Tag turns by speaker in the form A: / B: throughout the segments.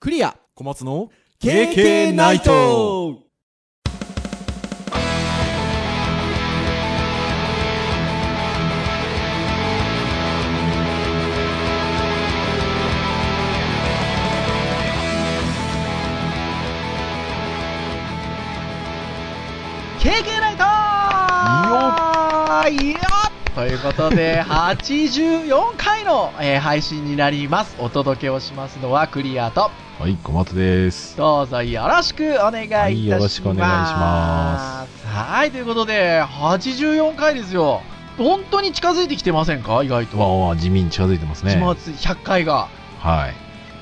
A: クリア
B: 小松の
A: KK ナイト
C: あいいよということ で、84回の、えー配信になります。お届けをしますのはクリアと、
D: はい、小松です。
C: どうぞよろしくお願いいたします。。
D: はいよろしくお願いします
C: はい、ということで、84回ですよ。本当に近づいてきてませんか意外と。
D: わあわあ、地味に近づいてますね。
C: 島津100回が。
D: はい。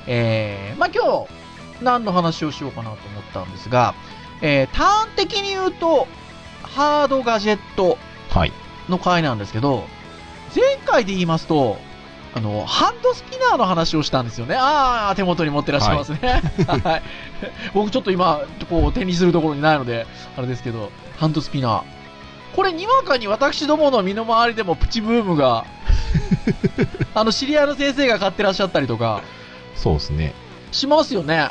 C: えー、まあ今日、何の話をしようかなと思ったんですが、えー、端的に言うと、ハードガジェット
D: はい。
C: の回なんですけど、前回で言いますと、あの、ハンドスピナーの話をしたんですよね。ああ、手元に持ってらっしゃいますね。 はい。僕ちょっと今、こう、手にするところにないので、あれですけど、ハンドスピナー。これ、にわかに私どもの身の回りでもプチブーム が、あの、知り合いの先生が買ってらっしゃったりとか、
D: そうですね。
C: しますよね。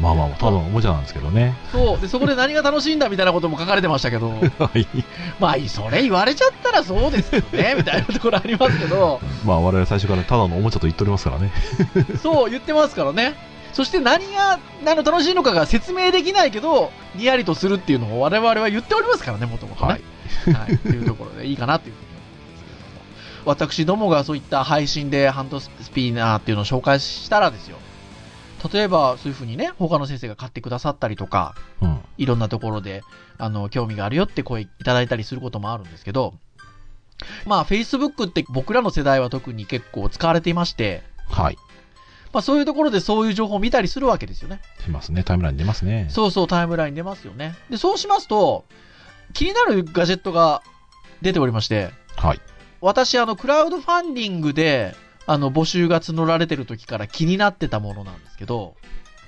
D: まあまあ、多分おもちゃなんですけどね。
C: そう。で、そこで何が楽しいんだみたいなことも書かれてましたけど、
D: はい。
C: まあ、それ言われちゃったらそうですよね、みたいなところありますけど、
D: まあ、我々最初からただのおもちゃと言っておりますからね。
C: そう言ってますからね。そして何が、何の楽しいのかが説明できないけど、にやりとするっていうのを我々は言っておりますからね、もともと
D: は
C: ね
D: い。。
C: はい。というところでいいかなというふうに思うんですけれども。私どもがそういった配信でハンドスピーナーっていうのを紹介したらですよ。例えば、そういうふうにね、他の先生が買ってくださったりとか、
D: うん。
C: いろんなところで、あの、興味があるよって声いただいたりすることもあるんですけど、まあ、Facebook って僕らの世代は特に結構使われていまして、
D: はい。
C: まあ、そういうところでそういう情報を見たりするわけですよね。
D: しますね。タイムライン出ますね。
C: そうそう、タイムライン出ますよね。で、そうしますと、気になるガジェットが出ておりまして、
D: はい。
C: 私、あの、クラウドファンディングで、あの、募集が募られてる時から気になってたものなんですけど、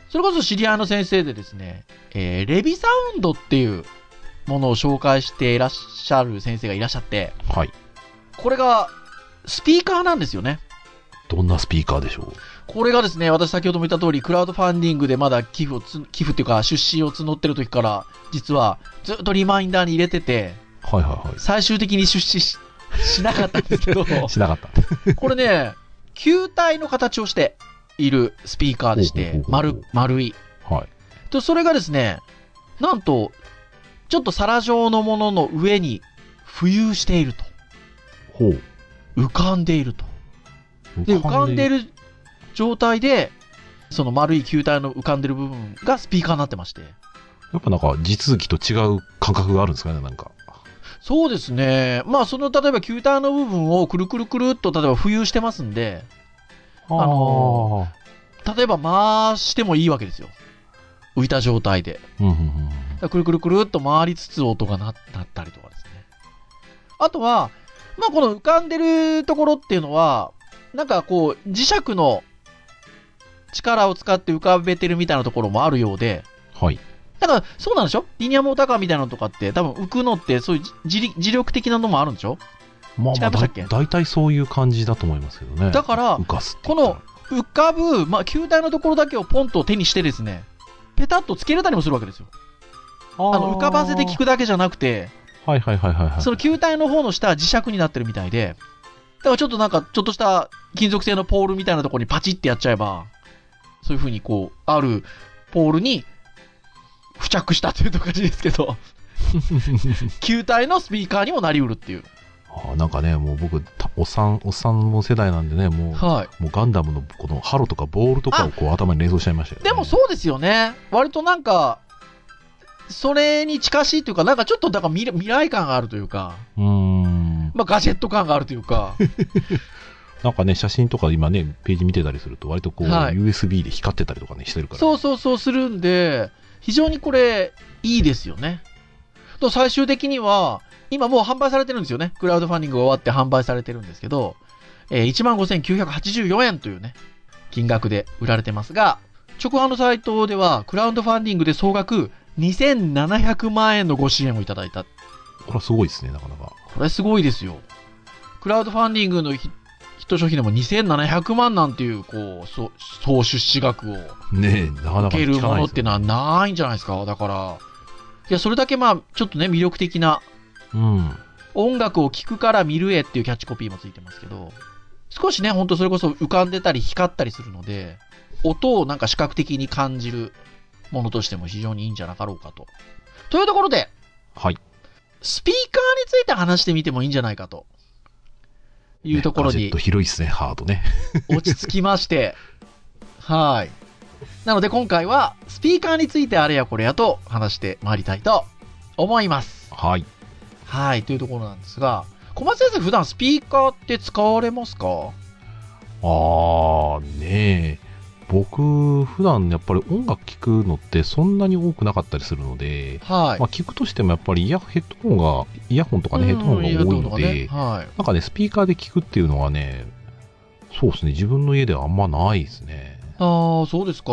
C: それこそ知り合いの先生でですね、えーレビサウンドっていうものを紹介していらっしゃる先生がいらっしゃって、
D: はい。
C: これが、スピーカーなんですよね。
D: どんなスピーカーでしょう
C: これがですね、私先ほども言った通り、クラウドファンディングでまだ寄付をつ、寄付っていうか出資を募ってる時から、実はずっとリマインダーに入れてて、
D: はいはいは
C: 最終的に出資し、しなかったんです けど、
D: い。しなかった。
C: これね、球体の形をしているスピーカーでし
D: ほう
C: て、
D: ほうほうほう
C: 丸、丸い。
D: はい。
C: と、それがですね、なんと、ちょっと皿状のものの上に浮遊していると。
D: ほう。
C: 浮かんでいると。で、浮かんで
D: る。
C: る状態で、その丸い球体の浮かんでる部分がスピーカーになってまして。
D: やっぱなんか、実機と違う感覚があるんですかね、なんか。
C: そうですね。まあ、その、例えば球体の部分をくるくるくるっと、例えば浮遊してますんで、
D: あ
C: の例えば回してもいいわけですよ。浮いた状態で。
D: ー。うんうんうん。
C: だからくるくるくるっと回りつつ音がななったりとかですね。あとは、まあ、この浮かんでるところっていうのは、なんかこう、磁石の力を使って浮かべてるみたいなところもあるようで、
D: はい。
C: だから、そうなんでしょリニアモーターカーみたいなのとかって、多分浮くのって、そういう自力自力的なのもあるんでしょ
D: まあ
C: 違い
D: まあ、
C: ましたっけ
D: だ大体そういう感じだと思いますけどね。
C: だから
D: 浮かすって
C: こ
D: 言ったら
C: の浮かぶ、まあ、球体のところだけをポンと手にしてですね、ペタッとつけれたりもするわけですよ。
D: あ
C: あの浮かばせて聞
D: く。
C: くだけじゃなくて、
D: はいはいはいはいはい。
C: その球体の方の下は磁石になってるみたいで、だからちょっとなんか、ちょっとした金属製のポールみたいなところにパチってやっちゃえば、そういう風にこう、あるポールに付着したというと感じですけ ど、球体のスピーカーにもなりうるっていう。
D: あーなんかね、もう僕、たおっさん、おっさんの世代なんでね、もう、
C: はい。
D: もうガンダムのこのハロとかボールとかをこう頭に連想しちゃいましたよ、ね。
C: でもそうですよね。割となんか、それに近しいというか、なんかちょっとだから未未来感があるというか、
D: う。うーん。
C: まあガジェット感があるというか、
D: なんかね、写真とか今ね、ページ見てたりすると、割とこう、
C: はい
D: USB で光ってたりとかね、してるから。。
C: そううそうそうするんで、非常にこれ、いいですよね。と最終的には、今もう販売されてるんですよね。クラウドファンディングが終わって販売されてるんですけど、えー、15,984円というね、金額で売られてますが、直販のサイトでは、クラウドファンディングで総額2700万円のご支援をいただいた
D: これはすごいですね、なかなか。
C: これすごいですよ。クラウドファンディングのひヒット商品でも2700万なんていう、こう、そ総出資額を
D: ねえ、なかなか
C: 受ける
D: 聞か
C: も
D: ないで
C: のっ
D: す
C: て
D: よ
C: のはないんじゃないですか。だから、いや、それだけまあ、ちょっとね、魅力的な、
D: うん。
C: 音楽を聴くから見る絵っていうキャッチコピーもついてますけど、少しね、ほんとそれこそ浮かんでたり光ったりするので、音をなんか視覚的に感じるものとしても非常にいいんじゃなかろうかと。というところで、
D: はい。
C: スピーカーについて話してみてもいいんじゃないかと。いうところ
D: ねガジェ
C: に
D: ット広いですね、ハードね。
C: 落ち着きまして、はい。なので今回はスピーカーについてあれやこれやと話してまいりたいと思います。
D: はい。
C: はい、というところなんですが、小松先生普段スピーカーって使われますか
D: あー、ねえ。僕、普段やっぱり音楽聴くのってそんなに多くなかったりするので、
C: はい。
D: まあ聞くとしてもやっぱりイヤヘッドホンが、イヤホンとかね、ヘッドホンが多いので、
C: うんはい。
D: なんかね、スピーカーで聞くっていうのはね、そうですね、自分の家ではあんまないですね。
C: ああ、そうですか。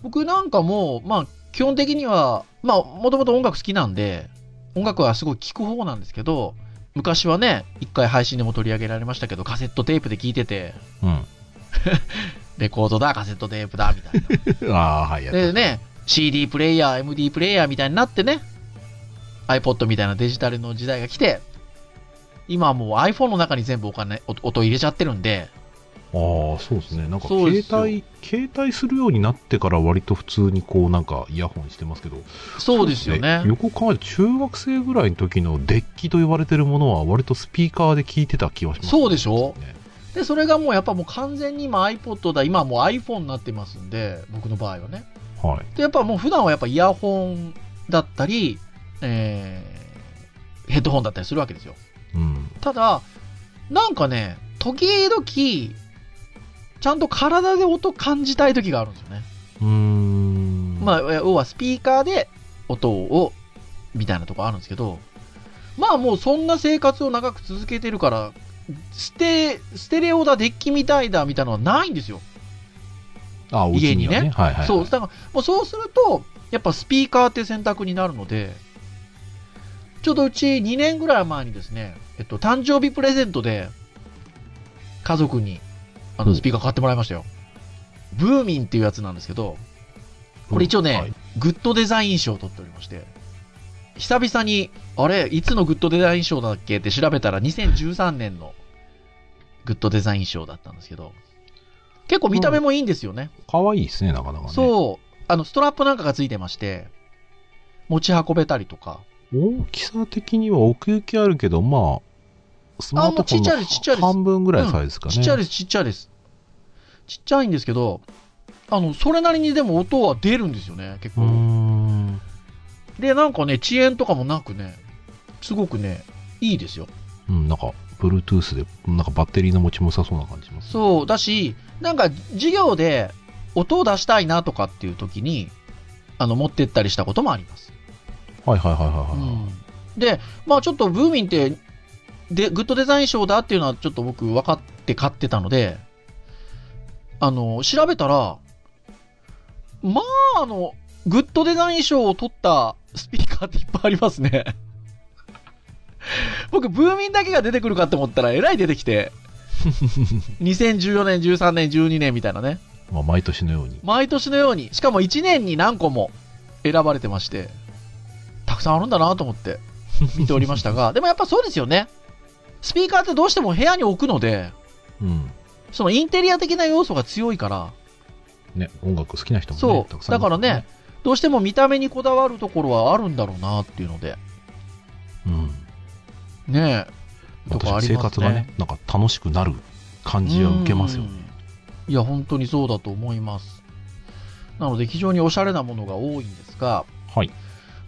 C: 僕なんかもう、まあ、基本的には、まあ、もともと音楽好きなんで、音楽はすごい聴く方なんですけど、昔はね、一回配信でも取り上げられましたけど、カセットテープで聴いてて、
D: うん。
C: レコードだ、カセットテープだ、みた いな。
D: ああ、はい、やって
C: でね、CD プレイヤー、MD プレイヤーみたいになってね、iPod みたいなデジタルの時代が来て、今はもう iPhone の中に全部お金、お音入れちゃってるんで、
D: ああ、そうですね。なんか、
C: そうで
D: 携
C: すよ
D: 帯、携帯するようになってから割と普通にこう、なんか、イヤホンしてますけど。
C: そうですよね。
D: よく考えて、中学生ぐらいの時のデッキと言われてるものは割とスピーカーで聞いてた気はします、
C: そうでしょ
D: ね
C: で、それがもうやっぱもう完全に今 iPod だ、今はもう iPhone になってますんで、僕の場合はね。
D: はい。
C: で、やっぱもう普段はやっぱイヤホンだったり、えー、ヘッドホンだったりするわけですよ。
D: うん。
C: ただ、なんかね、時々、ちゃんと体で音感じたい時があるんですよね。
D: うーん。
C: まあ、要はスピーカーで音を、みたいなとこあるんですけど、まあもうそんな生活を長く続けてるから、ステ、ステレオだ、デッキみたいだ、みたいなのはないんですよ。
D: あ、お家には
C: 家に
D: ね。はいはいはい。
C: そう、だから、もうそうすると、やっぱスピーカーって選択になるので、ちょうどうち2年ぐらい前にですね、えっと、誕生日プレゼントで、家族に、あ
D: う
C: の、
D: ん
C: スピーカー買ってもらいましたよ。ブーミンっていうやつなんですけど、これ一応ね、
D: はい
C: グッドデザイン賞を取っておりまして、久々に、あれ、いつのグッドデザイン賞だっけって調べたら2013年のグッドデザイン賞だったんですけど、結構見た目もいいんですよね。
D: 可愛いですね、なかなかね。
C: そう。あの、ストラップなんかがついてまして、持ち運べたりとか。
D: 大きさ的には奥行きあるけど、まあ、スマートフォン
C: あもうちっちゃいですちっちゃいで
D: の
C: す
D: 半分ぐらいのサイズですかね。
C: ちっちゃいです、ちっちゃいです。ちっちゃいんですけど、あの、それなりにでも音は出るんですよね、結
D: うー
C: 構。
D: ん。
C: で、なんかね、遅延とかもなくね、すごくね、いいですよ。
D: うん、なんか、Bluetooth で、なんかバッテリーの持ちも良さそうな感じします。
C: そう、だし、なんか、授業で音を出したいなとかっていう時に、あの、持ってったりしたこともあります。
D: はいはいはいはいはい。
C: で、まあちょっとブーミンってで、グッドデザイン賞だっていうのはちょっと僕分かって買ってたので、あの、調べたら、まああの、グッドデザイン賞を取ったスピーカーっていっぱいありますね。 僕、ブーミンだけが出てくるかと思ったら、えらい出てきて。2014年、13年、12年みたいなね。
D: まあ、毎年のように。
C: 毎年のように、しかも1年に何個も選ばれてまして、たくさんあるんだなと思って見ておりまし たが、でもやっぱそうですよね。スピーカーってどうしても部屋に置くので、
D: うん。
C: そのインテリア的な要素が強いから、
D: ね、音楽好きな人もね
C: そ、
D: たく
C: う、
D: さん
C: だ
D: い
C: か
D: ま
C: ら
D: す
C: ね、、どうしても見た目にこだわるところはあるんだろうなっていうので、
D: うん。
C: ねえ、と
D: 確
C: か
D: か
C: あ
D: に
C: り
D: 生
C: ます
D: 活
C: ね
D: がね、なんか楽しくなる感じは受けますよね。
C: うんいや、本当にそうだと思います。なので、非常におしゃれなものが多いんですが、
D: はい。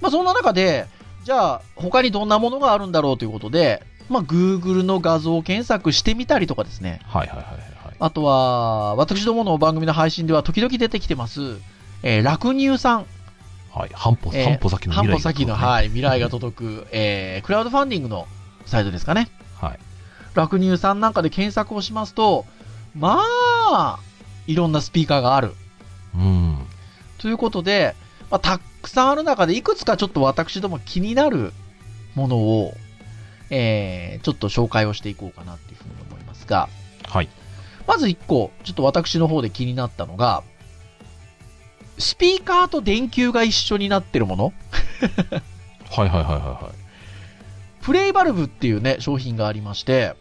C: まあ、そんな中で、じゃあ、他にどんなものがあるんだろうということで、まあ、Google の画像検索してみたりとかですね。
D: はいはいはいはい。
C: あとは、私どもの番組の配信では時々出てきてます、えー、楽乳さん、
D: はい。半歩、
C: えー
D: 半歩先の
C: 半
D: 未来が
C: 歩先の、
D: はい。
C: はい、未来が届く、えー、クラウドファンディングのサイトですかね。
D: はい。
C: 楽乳さんなんかで検索をしますと、まあ、いろんなスピーカーがある。
D: うん。
C: ということで、まあ、たくさんある中で、いくつかちょっと私ども気になるものを、えー、ちょっと紹介をしていこうかなっていうふうに思いますが、
D: はい。
C: まず1個、ちょっと私の方で気になったのが、スピーカーと電球が一緒になってるもの、
D: はいはいはいはいはい。
C: プレイバルブっていうね、商品がありまして、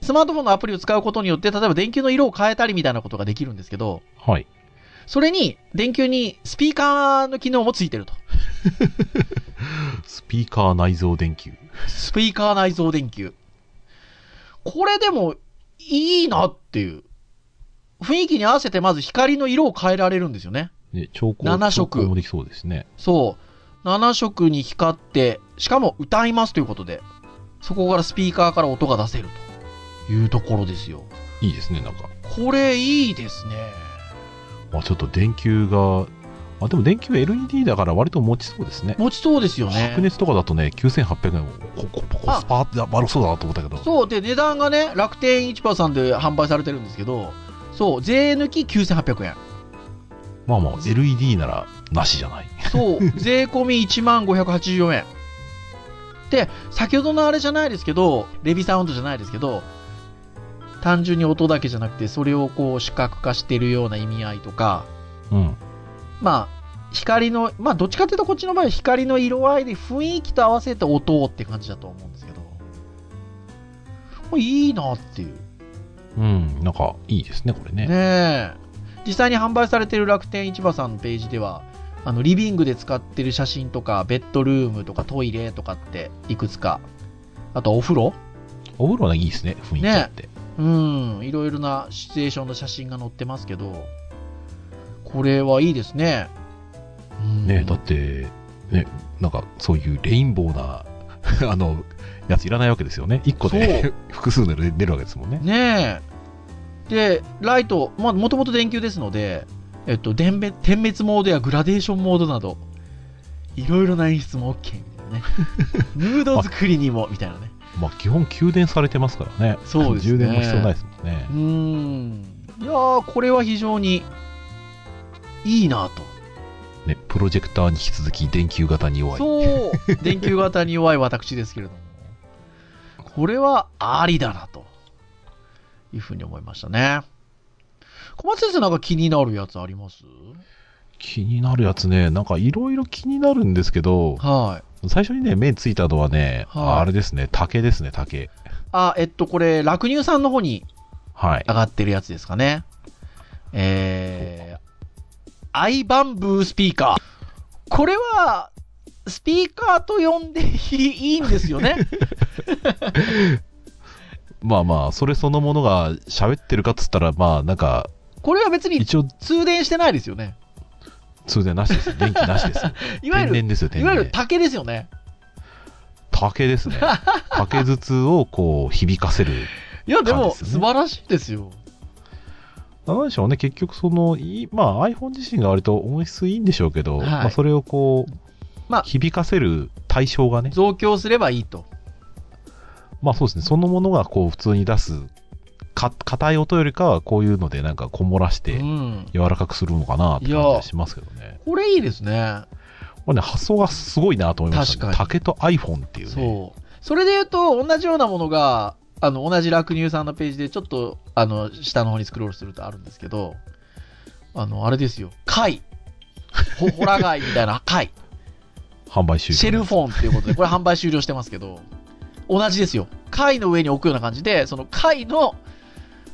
C: スマートフォンのアプリを使うことによって、例えば電球の色を変えたりみたいなことができるんですけど、
D: はい。
C: それに、電球にスピーカーの機能もついてると。
D: スピーカー内蔵電球。
C: スピーカー内蔵電球。これでも、いいなっていう。雰囲気に合わせてまず光の色を変えられるんですよね。
D: ね、調光
C: 7
D: 調
C: 色
D: 光もできそうですね。
C: そう。7色に光って、しかも歌いますということで、そこからスピーカーから音が出せるというところですよ。
D: いいですね、なんか。
C: これいいですね。
D: まあ、ちょっと電球が、あ、でも電球 LED だから割と持ちそうですね。
C: 持ちそうですよ
D: 白
C: ね。
D: 熱とかだとね、9800円、こここ
C: あ
D: スパーって悪そうだなと思ったけど、
C: そう。で、値段がね、楽天市場さんで販売されてるんですけど、そう、税抜き9800円。
D: まあまあ、LED ならなしじゃない。
C: そう、 税込み1万584円。で、先ほどのあれじゃないですけど、レビサウンドじゃないですけど、単純に音だけじゃなくて、それをこう視覚化してるような意味合いとか、
D: うん。
C: まあ、光の、まあ、どっちかというとこっちの場合は光の色合いで雰囲気と合わせて音をって感じだと思うんですけど、これいいなっていう。
D: うん、なんかいいですね、これね。
C: ねえ実際に販売されている楽天市場さんのページではあのリビングで使ってる写真とかベッドルームとかトイレとかっていくつかあとお風呂
D: お風呂はいいですね、雰囲気あって。
C: うんいろいろなシチュエーションの写真が載ってますけどこれはいいですねうん
D: ねだって、ね、なんかそういうレインボーな あのやついらないわけですよね、1個
C: そ
D: で 複数の色で出るわけですもんね。
C: ねえでライトまあもともと電球ですのでえっと点滅点滅モードやグラデーションモードなどいろいろな演出も OK みた いなねムード作りにもみたいなね
D: まあ、基本、給電されてますからね、
C: そうです
D: 充
C: ね
D: 電も必要ないですもんね
C: う。ーんいやーこれは非常にいいなと
D: ねプロジェクターに引き続き電球型に弱い。
C: そう 電球型に弱い私ですけれどもこれはありだなというふうに思いましたね小松先生なんか気になるやつあります
D: 気になるやつね、なんかいろいろ気になるんですけど、
C: はい
D: 最初にね、目についたのはね、
C: はい
D: あれですね、竹ですね、竹。
C: あ、えっと、これ、楽乳さんの方に
D: はい。
C: 上がってるやつですかね。えー、アイバンブースピーカー。これは、スピーカーと呼んでいいいいんです よね。
D: まあまあ、それそのものが喋ってるかっつったら、まあなんか、
C: これは別に
D: 一応
C: 通電してないですよね。
D: 通電なしです。電気なしです。
C: いわゆ
D: 天
C: る、
D: 然ですよ、天
C: いわゆ
D: 然
C: る。竹ですよね。
D: 竹ですね。竹筒をこう響かせる。
C: いや、で
D: そう
C: も、
D: ですね
C: 素晴らしいですよ。
D: なんでしょうね、結局その、いまあ iPhone 自身が割と音質いいんでしょうけど、
C: はい
D: まあそれをこう、
C: まあ
D: 響かせる対象がね、
C: 増強すればいいと。
D: まあそうですね、そのものがこう普通に出す、か、硬い音よりかはこういうのでなんかこもらし
C: う
D: て
C: ん。
D: 柔らかくするのかなって感じ
C: いや
D: はしますけどね。
C: これいいですね。
D: これね、発想がすごいなと思いました、ね。
C: 確か
D: 竹と iPhone っていうね。
C: そう。それで言うと、同じようなものが、あの、同じ楽乳さんのページで、ちょっと、あの、下の方にスクロールするとあるんですけど、あの、あれですよ。貝。ほ、ほら貝みた いな貝。
D: 販売終了。
C: シェルフォンっていうことで、これ販売終了してますけど、同じですよ。貝の上に置くような感じで、その貝の、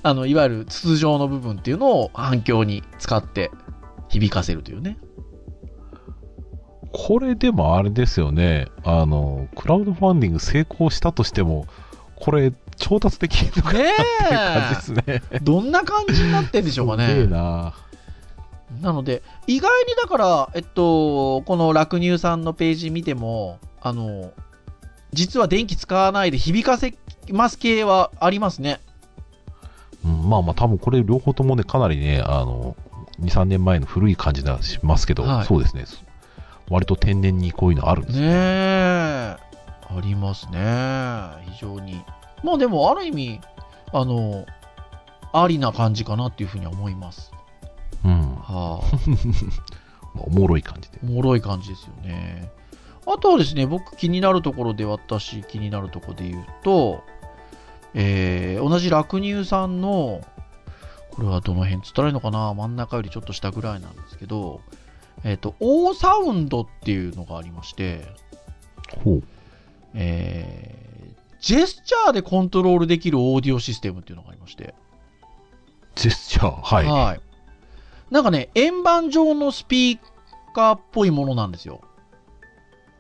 C: あの、いわゆる筒状の部分っていうのを反響に使って響かせるというね。
D: これでもあれですよね、あの、クラウドファンディング成功したとしても、これ、調達できるのかな
C: ね
D: って感じですね。
C: え。どんな感じになってんでしょうか ね。
D: すげえな。
C: なので、意外にだから、えっと、この楽乳さんのページ見ても、あの、実は電気使わないで響かせます系はありますね。
D: うん、まあまあ、多分これ、両方ともね、かなりね、あの、2、3年前の古い感じがしますけど、
C: はい
D: そうですね。割と天然にこういうのあるんです
C: ね
D: よ
C: え。ありますね。非常に。まあでも、ある意味、あの、ありな感じかなっていうふうには思います。
D: うん。まあ
C: はあ。
D: おもろい感じで。
C: おもろい感じですよね。あとはですね、僕気になるところで、私気になるところで言うと、えー同じ楽乳さんの、これはどの辺つったらいいのかな真ん中よりちょっと下ぐらいなんですけど、えっ、と、O サウンドっていうのがありまして、
D: ほう。
C: えージェスチャーでコントロールできるオーディオシステムっていうのがありまして、
D: ジェスチャー。はい。
C: なんかね、円盤状のスピーカーっぽいものなんですよ。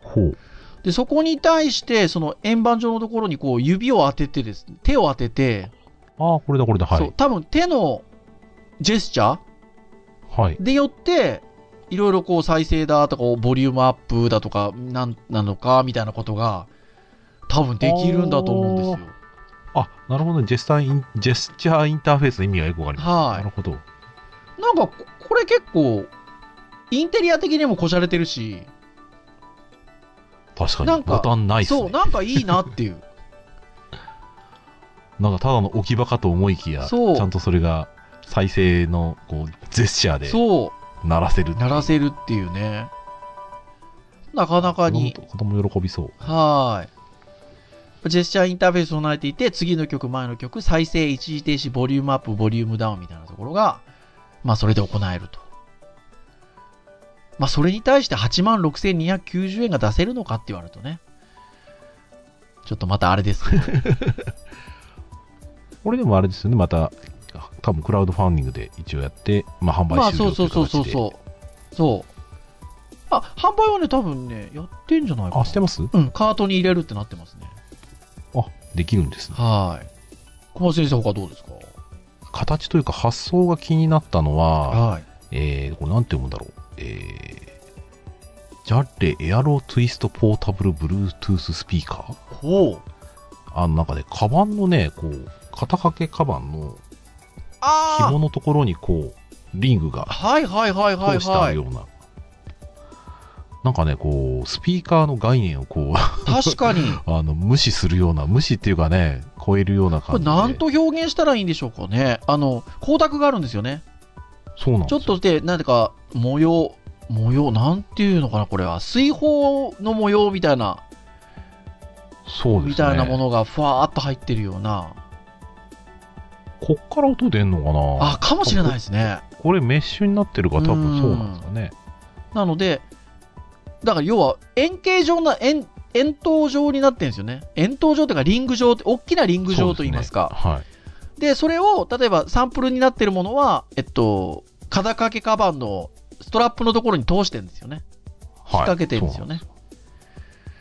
D: ほう。
C: で、そこに対して、その円盤状のところにこう指を当ててです、手を当てて、
D: ああ、これだ、これだ。は
C: そう
D: い。
C: 多分手のジェスチャー
D: はい。
C: でよって、いろいろこう再生だとか、ボリュームアップだとか、なんなのかみたいなことが、多分できるんだと思うんですよ。
D: あ、なるほどね。ジェスチャーイン、ジェスチャーインターフェースの意味がよくわかります。
C: はい
D: なるほど。
C: なんかこ、これ結構、インテリア的にもこしゃれてるし、
D: 確か
C: なん
D: に、
C: か
D: ボタンないっす
C: そう、
D: ね。
C: なんかいいなっ ていう。
D: なんか、ただの置き場かと思いきや、ち
C: そう
D: ゃんとそれが、再生の、こう、ジェスチャーで
C: そ
D: 鳴らせるって
C: う、
D: いう。
C: 鳴らせるっていうね。なかなかに
D: 子、供喜びそう。
C: はーい。ジェスチャーインターフェースを備えていて、次の曲、前の曲、再生、一時停止、ボリュームアップ、ボリュームダウンみたいなところが、まあ、それで行えると。まあ、それに対して86,290円が出せるのかって言われるとね。ちょっとまたあれですけど。
D: これでもあれですよね、また、多分クラウドファンディングで一応やって、まあ、販
C: まあ、
D: 売終
C: そ
D: 了
C: う
D: と
C: そ
D: いうう
C: そうそう
D: 形で。
C: そう。そう。あ、販売はね、多分ね、やってんじゃないかな。
D: あ、してます
C: うん、カートに入れるってなってますね。
D: あ、できるんですね。
C: はい。小松先生、他どうですか
D: 形というか発想が気になったのは、
C: はい。
D: えー、これなんて読むんだろう。えー、ジャッレエアローツイストポータブルブルートゥーススピーカー
C: ほう。
D: あの、なんかね、カバンのね、こう、肩掛けカバンの
C: ああ
D: 紐のところにこう、リングが
C: はいはいはいはい
D: 通してあ
C: は
D: るよ
C: い。
D: うな。なんかね、こう、スピーカーの概念をこう、
C: 確かに。
D: あの無視するような無視っていうかね超えるような
C: こ
D: 感
C: れ
D: じで
C: なんと表現したらいいんでしょうかね。あの、光沢があるんですよね。
D: そうなん
C: ちょ
D: で
C: っ
D: すよ
C: とで、なんてか、模様、模様、なんていうのかな、これは。水泡の模様みたいな、
D: そうです、ね、
C: みたいなものがふわーっと入ってるような。
D: こっから音出んのかな
C: あ、かもしれないですね。
D: これメッシュになってるから多分そうなんですかね
C: なので、だから要は、円形状な、円、円筒状になってるんですよね。円筒状というか、リング状って、大きなリング状と言いますか。
D: そうですね
C: で、それを、例えばサンプルになってるものは、えっと、肩掛けカバンのストラップのところに通してるんですよ
D: は
C: ね。
D: い、
C: 引っ掛けてるんですよね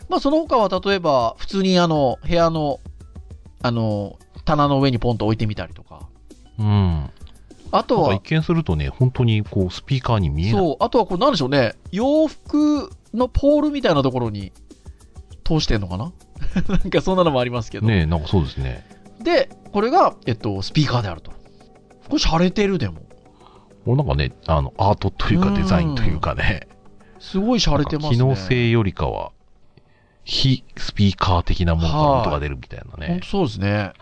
C: まあ、その他は例えば、普通にあの、部屋の、あの、棚の上にポンと置いてみたりとか。
D: そうなんですよ
C: あ
D: う
C: と
D: ん、なん
C: は
D: か、一見するとね本当にこうスピーカーに見えない
C: そう、あとはこれなんでしょうね。洋服のポールみたいなところに通してんのかな なんかそんなのもありますけど。
D: ねなんかそうですね
C: で、これが、えっと、スピーカーであると。これ洒落てるでも。
D: これなんかねあのアートという
C: う
D: か
C: ん
D: デザインというかね
C: すごい洒落てますね。
D: 機能性よりかは非スピーカー的なものから音が出るみたいな
C: ほん
D: ね
C: とそうですね。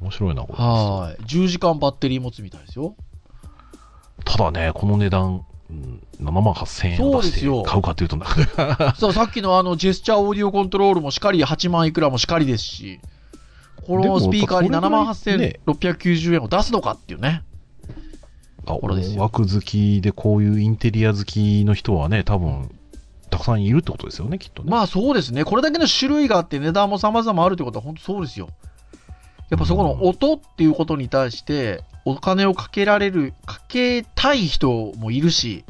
D: 面白いなこれ
C: はい。10時間バッテリー持つみたいで すよ。
D: ただね、この値段、うん、7万8000円を出して
C: そうですよ
D: 買うかというと、 なかなか
C: そう、さっきのあの、ジェスチャーオーディオコントロールもしっかり、8万いくらもしっかりですし、こ
D: でも
C: のスピーカーに
D: やっぱ
C: 7
D: それ
C: 万
D: ぐらいね
C: 8690円を出すのかっていうね。これです
D: 音
C: よ
D: 楽好きで、こういうインテリア好きの人はね、多分、たくさんいるってことですよね、きっとね。
C: まあそうですね。これだけの種類があって値段も様々あるってことは本当そうですよ。やっぱそこの音っていうことに対して、お金をかけられる、かけたい人もいるし、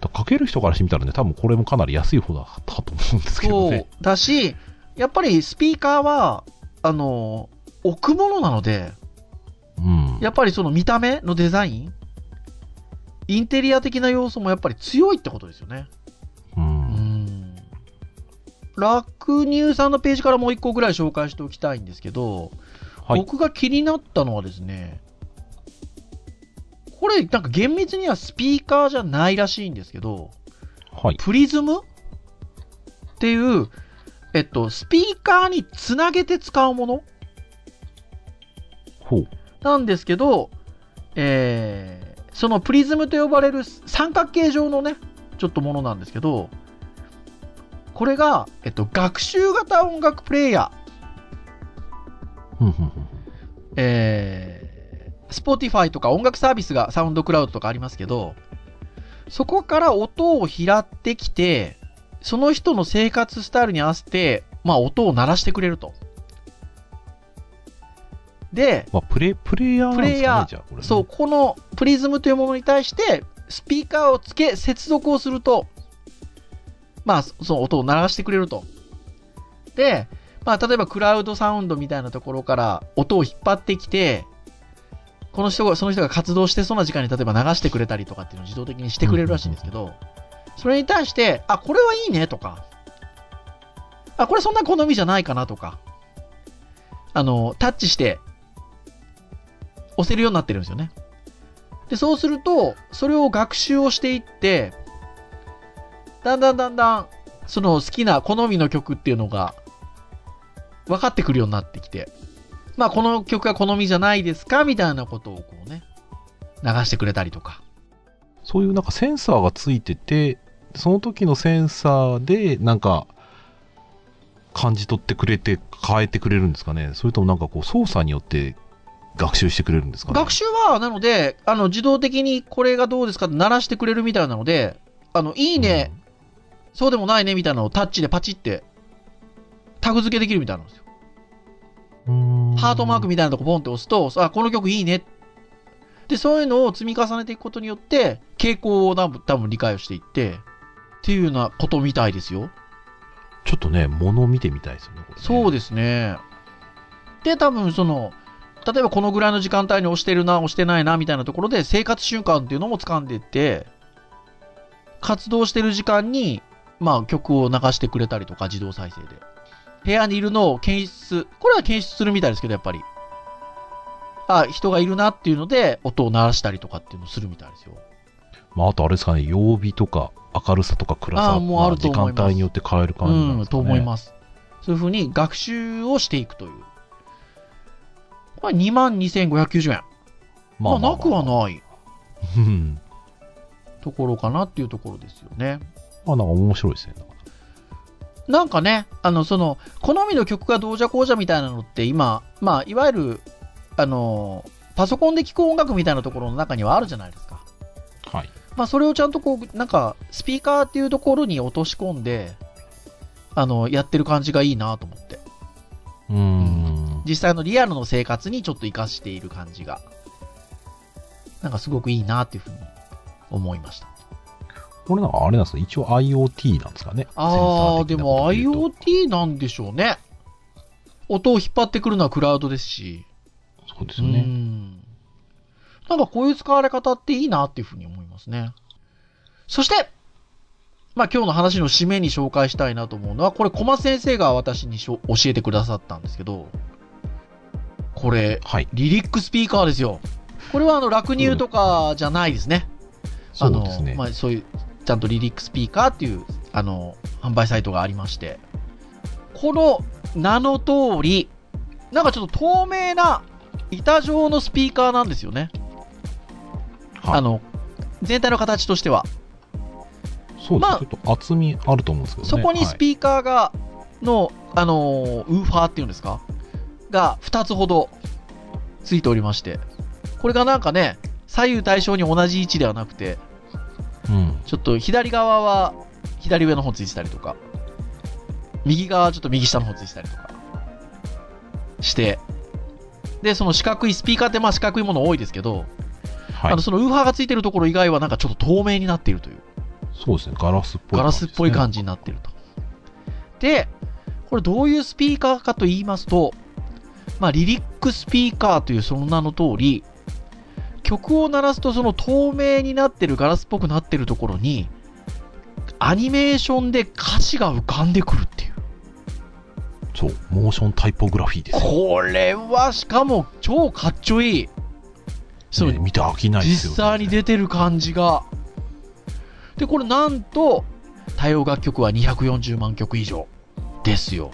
D: だからかける人からしてみたらね、多分これもかなり安い方だったと思うんですけど
C: そ
D: ね
C: う。だし、やっぱりスピーカーは、あの、置くものなので、
D: うん。
C: やっぱりその見た目のデザイン、インテリア的な要素もやっぱり強いってことですよね。
D: う。
C: うんん。楽乳さんのページからもう一個ぐらい紹介しておきたいんですけど、
D: はい。
C: 僕が気になったのはですね、これなんか厳密にはスピーカーじゃないらしいんですけど、
D: はい。
C: プリズムっていう、えっと、スピーカーにつなげて使うもの
D: ほう。
C: なんですけど、えーそのプリズムと呼ばれる三角形状のね、ちょっとものなんですけど、これが、えっと、学習型音楽プレイヤー、
D: ふんふんふん
C: えー、 Spotify とか音楽サービスがサウンドクラウドとかありますけど、そこから音を拾ってきて、その人の生活スタイルに合わせて、まあ音を鳴らしてくれると。で、
D: まあ、プレプレイヤーなんです
C: プレイヤ
D: かね
C: ー、
D: じゃあ、これ、ね。
C: そう、このプリズムというものに対して、スピーカーをつけ、接続をすると、まあ、そその音を鳴らしてくれると。で、まあ、例えばクラウドサウンドみたいなところから音を引っ張ってきて、この人が、その人が活動してそうな時間に例えば流してくれたりとかっていうのを自動的にしてくれるらしいんですけど、それに対して、あ、これはいいねとか、あ、これそんな好みじゃないかなとか、あの、タッチして押せるようになってるんですよね。で、そうすると、それを学習をしていって、だんだんだんだん、その好きな好みの曲っていうのが、分かってくるようになってきて、まあ、この曲が好みじゃないですかみたいなことをこうね、流してくれたりとか。
D: そういうなんかセンサーがついてて、その時のセンサーで、なんか、感じ取ってくれて、変えてくれるんですかね。それともなんかこう、操作によって学習してくれるんですかね。
C: 学習は、なので、あの、自動的にこれがどうですかって鳴らしてくれるみたいなので、あの、いいね、そうでもないねみたいなのをタッチでパチって、タグ付けできるみたいなんですよ。
D: うん、
C: ハートマークみたいなとこポンって押すと、あ、この曲いいね。で、そういうのを積み重ねていくことによって、傾向を多分多分理解をしていって、っていうようなことみたいですよ。
D: ちょっとね、物を見てみたいですよね、これね
C: そうですね。で、多分その、例えばこのぐらいの時間帯に押してるな、押してないな、みたいなところで生活習慣っていうのも掴んでって、活動してる時間に、まあ曲を流してくれたりとか、自動再生で。部屋にいるのを検出、これは検出するみたいですけど、やっぱり。あ、人がいるなっていうので、音を鳴らしたりとかっていうのをするみたいですよ。
D: まあ、あとあれですかね、曜日とか、明るさとか暗
C: あ
D: さ
C: ーもうあると思います
D: 時間帯によって変える感じなん
C: う
D: で
C: ん、
D: すか
C: と
D: ね。
C: 思います。そういうふうに学習をしていくという。これ22,590円。
D: ま
C: ま
D: あ
C: あ、
D: まあ
C: なくは
D: まあ
C: ない
D: うん。
C: ところかなっていうところですよね。
D: まあ、なんか面白いですね。
C: なんかね、あの、その、好みの曲がどうじゃこうじゃみたいなのって今、まあ、いわゆる、あの、パソコンで聴く音楽みたいなところの中にはあるじゃないですか。
D: はい。
C: まあ、それをちゃんとこう、なんか、スピーカーっていうところに落とし込んで、あの、やってる感じがいいなと思って。
D: うーん。
C: 実際のリアルの生活にちょっと活かしている感じが、なんかすごくいいなっていうふうに思いました。
D: これなんかあれなんですか一応 IoT なんですかね。
C: ああ、
D: セ
C: で
D: ンサー的な
C: も
D: こと言うと
C: IoT なんでしょうね。音を引っ張ってくるのはクラウドですし。
D: そうですよね。
C: うんなんかこういう使われ方っていいなっていうふうに思いますね。そして、まあ今日の話の締めに紹介したいなと思うのは、これ小松先生が私にしょ教えてくださったんですけど、これ、
D: はい。
C: リリックスピーカーですよ。これはあの、落乳とかじゃないですね。
D: そうです
C: あ
D: ね。
C: のまあ、そういう、ちゃんとリリックスピーカーっていう、あの、販売サイトがありまして、この名の通り、なんかちょっと透明な板状のスピーカーなんですよね。
D: はい
C: あの、全体の形としては。
D: そうです、
C: まあ
D: ちょっと厚みあると思うんですけどね。
C: そこにス
D: ー
C: ピーカーが、の、あのー、ウーファーっていうんですかが2つほどついておりまして、これがなんかね、左右対称に同じ位置ではなくて、
D: はいうん。
C: ちょっと左側は左上の方ついてたりとか、右側はちょっと右下の方ついてたりとかして、で、その四角いスピーカーってまあ四角いもの多いですけど、
D: はい
C: あの。そのウーファーがついてるところ以外はなんかちょっと透明になっているという、
D: そうですね。ガラスっぽい、
C: ガラスっぽい感
D: じ
C: じになっていると。で、これどういうスピーカーかと言いますと、まあ、リリックスピーカーというその名の通り、曲を鳴らすとその透明になってるガラスっぽくなってるところに、アニメーションで歌詞が浮かんでくるっていう。
D: ですね。そう。モーションタイポグラフィーですよ。
C: これはしかも超かっちょいい。そう、
D: ね見て飽きないですよ、
C: 実
D: ね。
C: 際に出てる感じが。で、これなんと、多様楽曲は240万曲以上ですよ。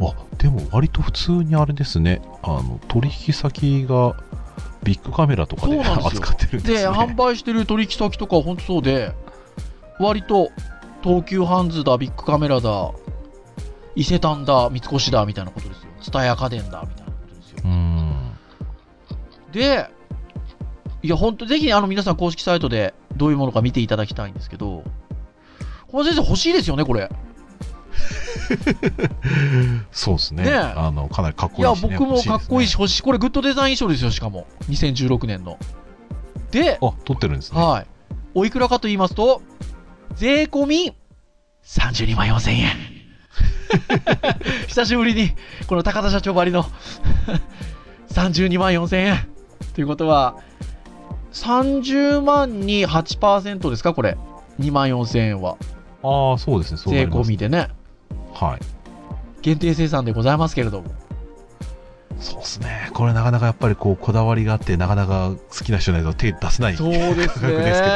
D: あでも割と普通にあれですねあの取引先がビッグカメラとかで
C: そうなんですよ
D: 扱ってるんですね
C: で、販売してる取引先とか本当そうで、割と東急ハンズだ、ビッグカメラだ、伊勢丹だ、三越だみたいなことですよ。蔦屋家電だみたいなことですよ。
D: うーん
C: で、いや、本当ぜひ、あの、皆さん公式サイトでどういうものか見ていただきたいんですけど、この先生欲しいですよね、これ。
D: そうですね
C: ねえ
D: あのかなりかっこ
C: い
D: い
C: や、
D: いし、ね、
C: 僕もかっこいいし、
D: 欲
C: 欲しい。これ、グッドデザイン賞ですよ、しかも。2016年の。で、
D: ですねあ撮ってるんですね
C: はい。おいくらかと言いますと、税込み32万4000円。 久しぶりに、この高田社長ばりの32万4000円。ということは、30万に8%ですか、これ。2万4000円は。
D: ああそうですねそうな
C: 税
D: りま
C: 込
D: す
C: みでね。
D: はい
C: 限定生産でございますけれども。
D: そうですねこれなかなかやっぱりこうこだわりがあってなかなか好きな人じゃないと手出せない
C: そうですね
D: 価格ですけど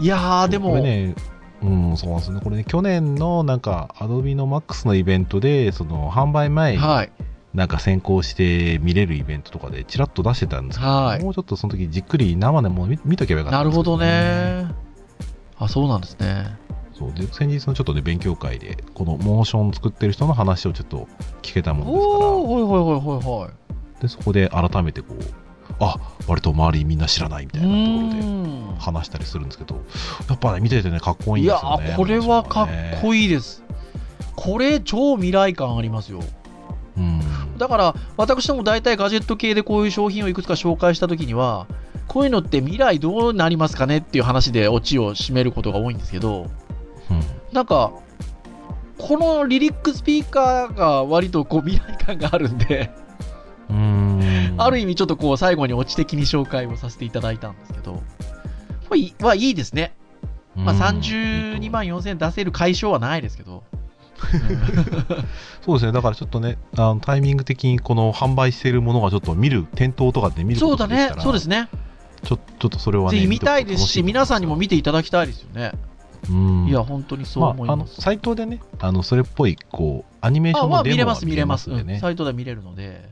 C: いやー、でも、
D: これねうんそうなんですよねこれね去年のなんかアドビの MAX のイベントでその販売前に
C: はい。
D: なんか先行して見れるイベントとかでちらっと出してたんですけど、
C: はい
D: もうちょっとその時じっくり生でも見見とけばよかった
C: なん
D: で
C: る
D: すけ
C: ほどね。あ、そうなんですね。
D: そうで先日のちょっとね勉強会でこのモーション作ってる人の話をちょっと聞けたもんです
C: お
D: か
C: おー、ほいほいほいほいほい。
D: らでそこで改めてこうあ割と周りみんな知らないみたいなところで
C: う
D: 話したりするんですけどやっぱね見ててねかっこ
C: ーん
D: いい
C: い
D: んで
C: や
D: すよね
C: ー、これはか
D: い
C: っ
D: い、
C: こいいです。これ、超未来感ありますよ。
D: うん、
C: だから、私ども大体ガジェット系でこういう商品をいくつか紹介したときには、こういうのって未来どうなりますかねっていう話でオチを締めることが多いんですけど、
D: うん
C: なんか、このリリックスピーカーが割とこう未来感があるんで、
D: うん
C: ある意味ちょっとこう最後にオチ的に紹介をさせていただいたんですけど、まあいいはいいですね。まあ、32万4000円出せる解消はないですけど、
D: そうですね、だからちょっとね、あのタイミング的にこの販売しているものがちょっと見る、店頭とかで見る
C: そ
D: こ
C: う
D: とが
C: だ
D: できた
C: ね
D: ら、、
C: そうですね、
D: ちょちょっとそれは
C: ぜ
D: ね、
C: ひ見たいですし、
D: 見と
C: 皆さんにも見ていただきたいですよね。
D: くと楽しいと思うん
C: い
D: ですよ
C: や、本当にそう
D: ま
C: 思い
D: あ、あ
C: ま
D: の
C: す。
D: サイトでね、あのそれっぽいこうアニメーション
C: まあ
D: の
C: 見
D: デ
C: れ
D: モ
C: ま
D: は
C: す、見
D: 見
C: れ
D: れ
C: ま、
D: ますす
C: うん
D: んでね、
C: サイトでは見れるので、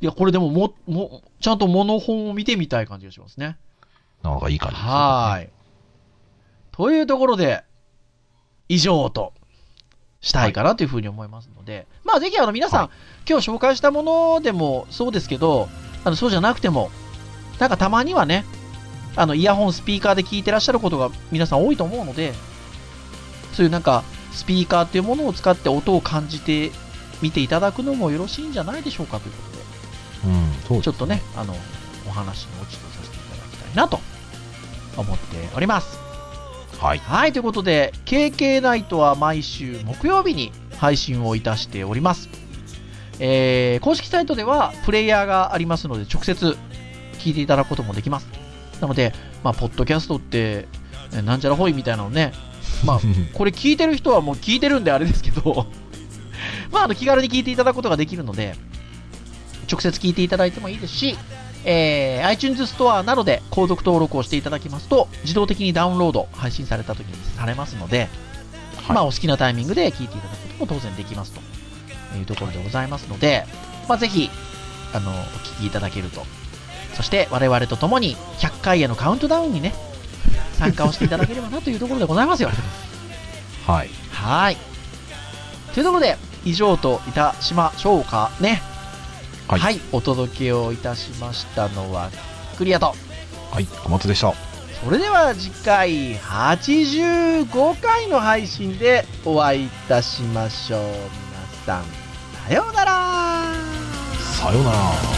C: いや、これでもも、もちゃんと物本を見てみたい感じがしますね。
D: なんかいい感じですね。
C: はーい。というところで、以上としたいかなというふうに思いますので、まあぜひあの皆さん、
D: は
C: 今日紹介したものでもそうですけど、あのそうじゃなくても、なんかたまにはね、あのイヤホン、スピーカーで聞いてらっしゃることが皆さん多いと思うので、そういうなんかスピーカーっていうものを使って音を感じてみていただくのもよろしいんじゃないでしょうかということで。
D: うん、そう
C: ちょっとね、あの、お話の落ちとさせていただきたいなと思っております。
D: はい、
C: はい、ということで、KK ナイトは毎週木曜日に配信をいたしております。えー公式サイトではプレイヤーがありますので、直接聞いていただくこともできます。なので、まあ、ポッドキャストって、えなんちゃらほいみたいなのね、まあ、これ聞いてる人はもう聞いてるんであれですけど、 まあ、あの気軽に聞いていただくことができるので、直接聞いていただいてもいいですし、えー iTunes ストアなどで購読登録をしていただきますと、自動的にダウンロード、配信された時にされますので、
D: はい
C: まあ、お好きなタイミングで聞いていただくことも当然できますというところでございますので、まあ、ぜひ、あの、お聞きいただけると。そして、我々と共に100回へのカウントダウンにね、参加をしていただければなというところでございますよ。
D: はい、
C: はい。というところで、以上といたしましょうかね。
D: はい
C: お届けをいたしましたのは、クリアと。
D: はい、小松でした。
C: それでは次回85回の配信でお会いいたしましょう。皆さん、さようなら。
D: さようなら。